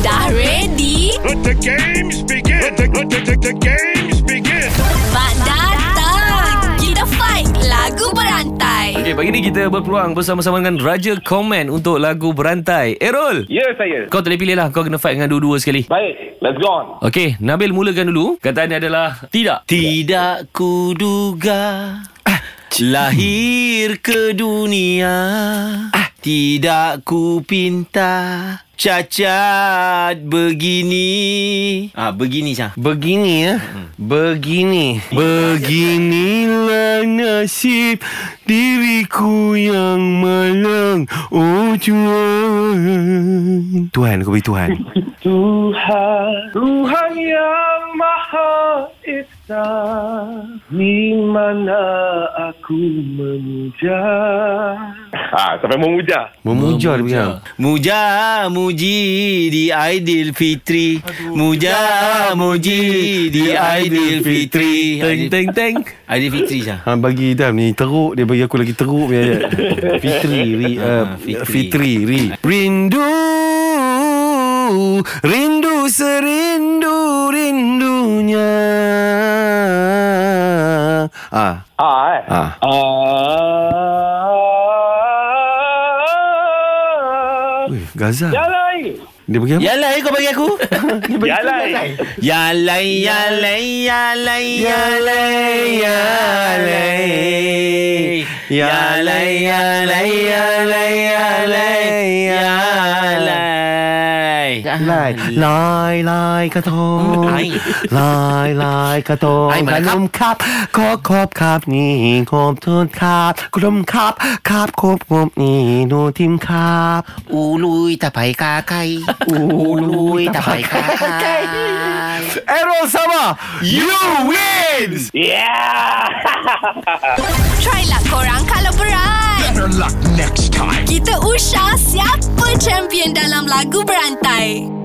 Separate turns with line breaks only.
Dah ready?
Let the games begin. Let the, let the, the, the games begin.
Mak datang! Kita fight lagu berantai.
Okey, pagi ni kita berpeluang bersama-sama dengan Raja Komen untuk lagu Berantai. Errol,
Ya saya
kau tak boleh pilih lah. Kau kena fight dengan dua-dua sekali.
Baik Let's go on
Okey, Nabil mulakan dulu. Kataan dia adalah tidak.
Tidak kuduga Lahir ke dunia Tidak ku pinta Cacat begini Ah begini sah.
Begini ya Begini Beginilah nasib Diriku yang malang Oh Tuhan Tuhan aku beri Tuhan
Tuhan Tuhan yang Maha Esa Di mana aku memuja Ah, sampai memuja
Memuja dia bilang
Muja muji di Aidilfitri Muja muji di Aidilfitri
Teng, teng, teng.
Aidilfitri sah.
Ha, bagi Idam ni teruk Dia bagi aku lagi teruk punya ayat. Fitri ri, uh,
Ah, Fitri.
Fitri ri. Rindu Rindu serindu rindunya Ah,
Ah, eh
ah.
Ah
Ui, Gaza
Jalai
Dia bagi apa?
Yalai kau bagi aku
Jalai
Yalai yalai yalai yalai yalai Yalai yalai yalai yalai yalai
ลายลายลายกระทง
ไอ้
ลายลายกระทง
ไอ้มา
ข
แล้ว
น
ครับ
มครับขอขอบครับนี่ขอบทุนครับขนมครับครับขอบขอบนี่หนูทิมครับ
อูลุยตะไผกาไก่อูลุยตะไผกาไก่
เอโรซามา you win
Yeah
Try lah korang kalau berat.
Better luck next time.
Kita usah siapa champion dalam lagu berantai.